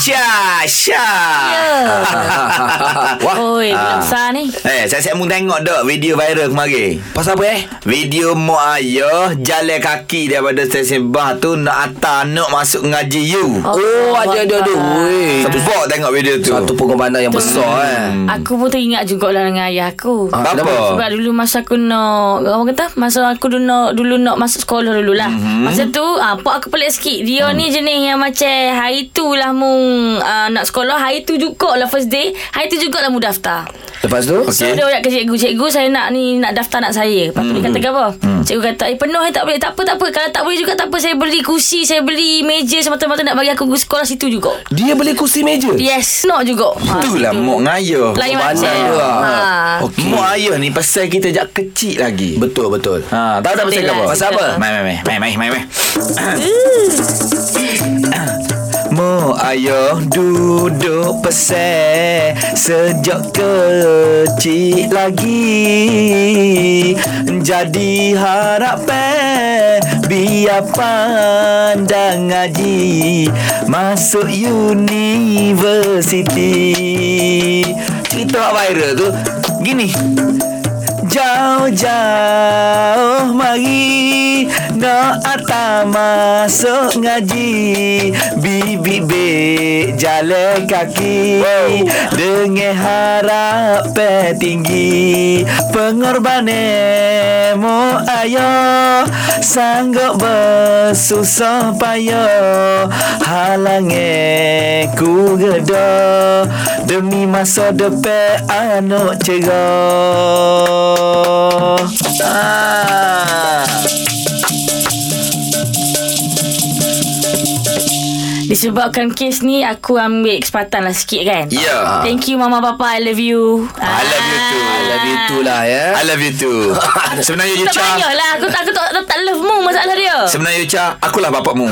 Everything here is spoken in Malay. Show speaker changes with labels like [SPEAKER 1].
[SPEAKER 1] Syah Syah
[SPEAKER 2] Ya.
[SPEAKER 1] Wah
[SPEAKER 2] Oi,
[SPEAKER 1] Ah.
[SPEAKER 2] belum sah ni.
[SPEAKER 1] Eh, saya saya mung tengok dok video viral kemarin.
[SPEAKER 3] Pasal apa eh?
[SPEAKER 1] Video mak ayah jalan kaki daripada stesen bah tu nak atas nak masuk ngaji you.
[SPEAKER 3] Oh, oh ada ada ada. Weh. Satu,
[SPEAKER 1] Sebab tengok video tu.
[SPEAKER 3] Eh. satu pengorbanan yang besar eh.
[SPEAKER 2] Aku pun teringat juga lah dengan ayah aku.
[SPEAKER 3] Ah,
[SPEAKER 1] Apa?
[SPEAKER 3] kenapa?
[SPEAKER 2] Sebab dulu masa aku nak Orang kata Masa aku dulu nak, dulu nak masuk sekolah dulu lah mm-hmm. Masa tu ah, Pak aku pelik sikit Dia mm. ni jenis yang macam Hari tu lah mung ah, Nak sekolah Hari tu juga lah first day Hari tu juga lah mu daftar
[SPEAKER 3] Lepas tu?
[SPEAKER 2] So
[SPEAKER 1] Okey.
[SPEAKER 2] dia orang ke cikgu Cikgu saya nak ni Nak daftar nak saya Lepas tu
[SPEAKER 3] Hmm.
[SPEAKER 2] dia kata ke apa Cikgu kata Eh penuh eh tak boleh Tak apa tak apa Kalau tak boleh juga tak apa Saya beli kursi Saya beli meja Semata-mata nak bagi aku sekolah situ juga
[SPEAKER 3] Dia beli kursi meja. lah.
[SPEAKER 2] Yes Nak juga Ha,
[SPEAKER 1] Itulah
[SPEAKER 2] situ.
[SPEAKER 1] mak ngaya.
[SPEAKER 2] Lain
[SPEAKER 3] Pengorbanan
[SPEAKER 2] macam
[SPEAKER 3] dia lah.
[SPEAKER 2] Ha.
[SPEAKER 1] Okey. Mak ayah ni pasal kita jak kecil lagi.
[SPEAKER 3] Betul betul.
[SPEAKER 1] Ha, tahu tak pasal
[SPEAKER 2] Betul
[SPEAKER 1] apa?
[SPEAKER 2] lah.
[SPEAKER 3] Pasal apa?
[SPEAKER 1] Mai mai mai mai mai mai mai. Mo ayo duduk pesek Sejak kecil lagi Jadi harap eh, Biar pandang ngaji Masuk universiti Cerita viral tu Gini Jauh-jauh mari Nak atas masuk ngaji Bibik-bibik jalan kaki Dengan harap eh, tinggi Pengorbanan mu ayah Sanggup bersusah payah Halangi ku gedah Demi masa depan anak cerah ah.
[SPEAKER 2] Disebabkan kes ni Aku ambil kesempatan lah sikit kan
[SPEAKER 1] Ya.
[SPEAKER 2] Thank you mama papa I love you
[SPEAKER 1] I love you too.
[SPEAKER 3] Ah. I love you too lah ya.
[SPEAKER 1] I love you too Sebenarnya you
[SPEAKER 2] Tak
[SPEAKER 1] Cha
[SPEAKER 2] banyak lah Aku tak, aku tak, tak, tak love mu Masalah dia
[SPEAKER 3] Oh,
[SPEAKER 1] Sebenarnya you Cha Akulah bapakmu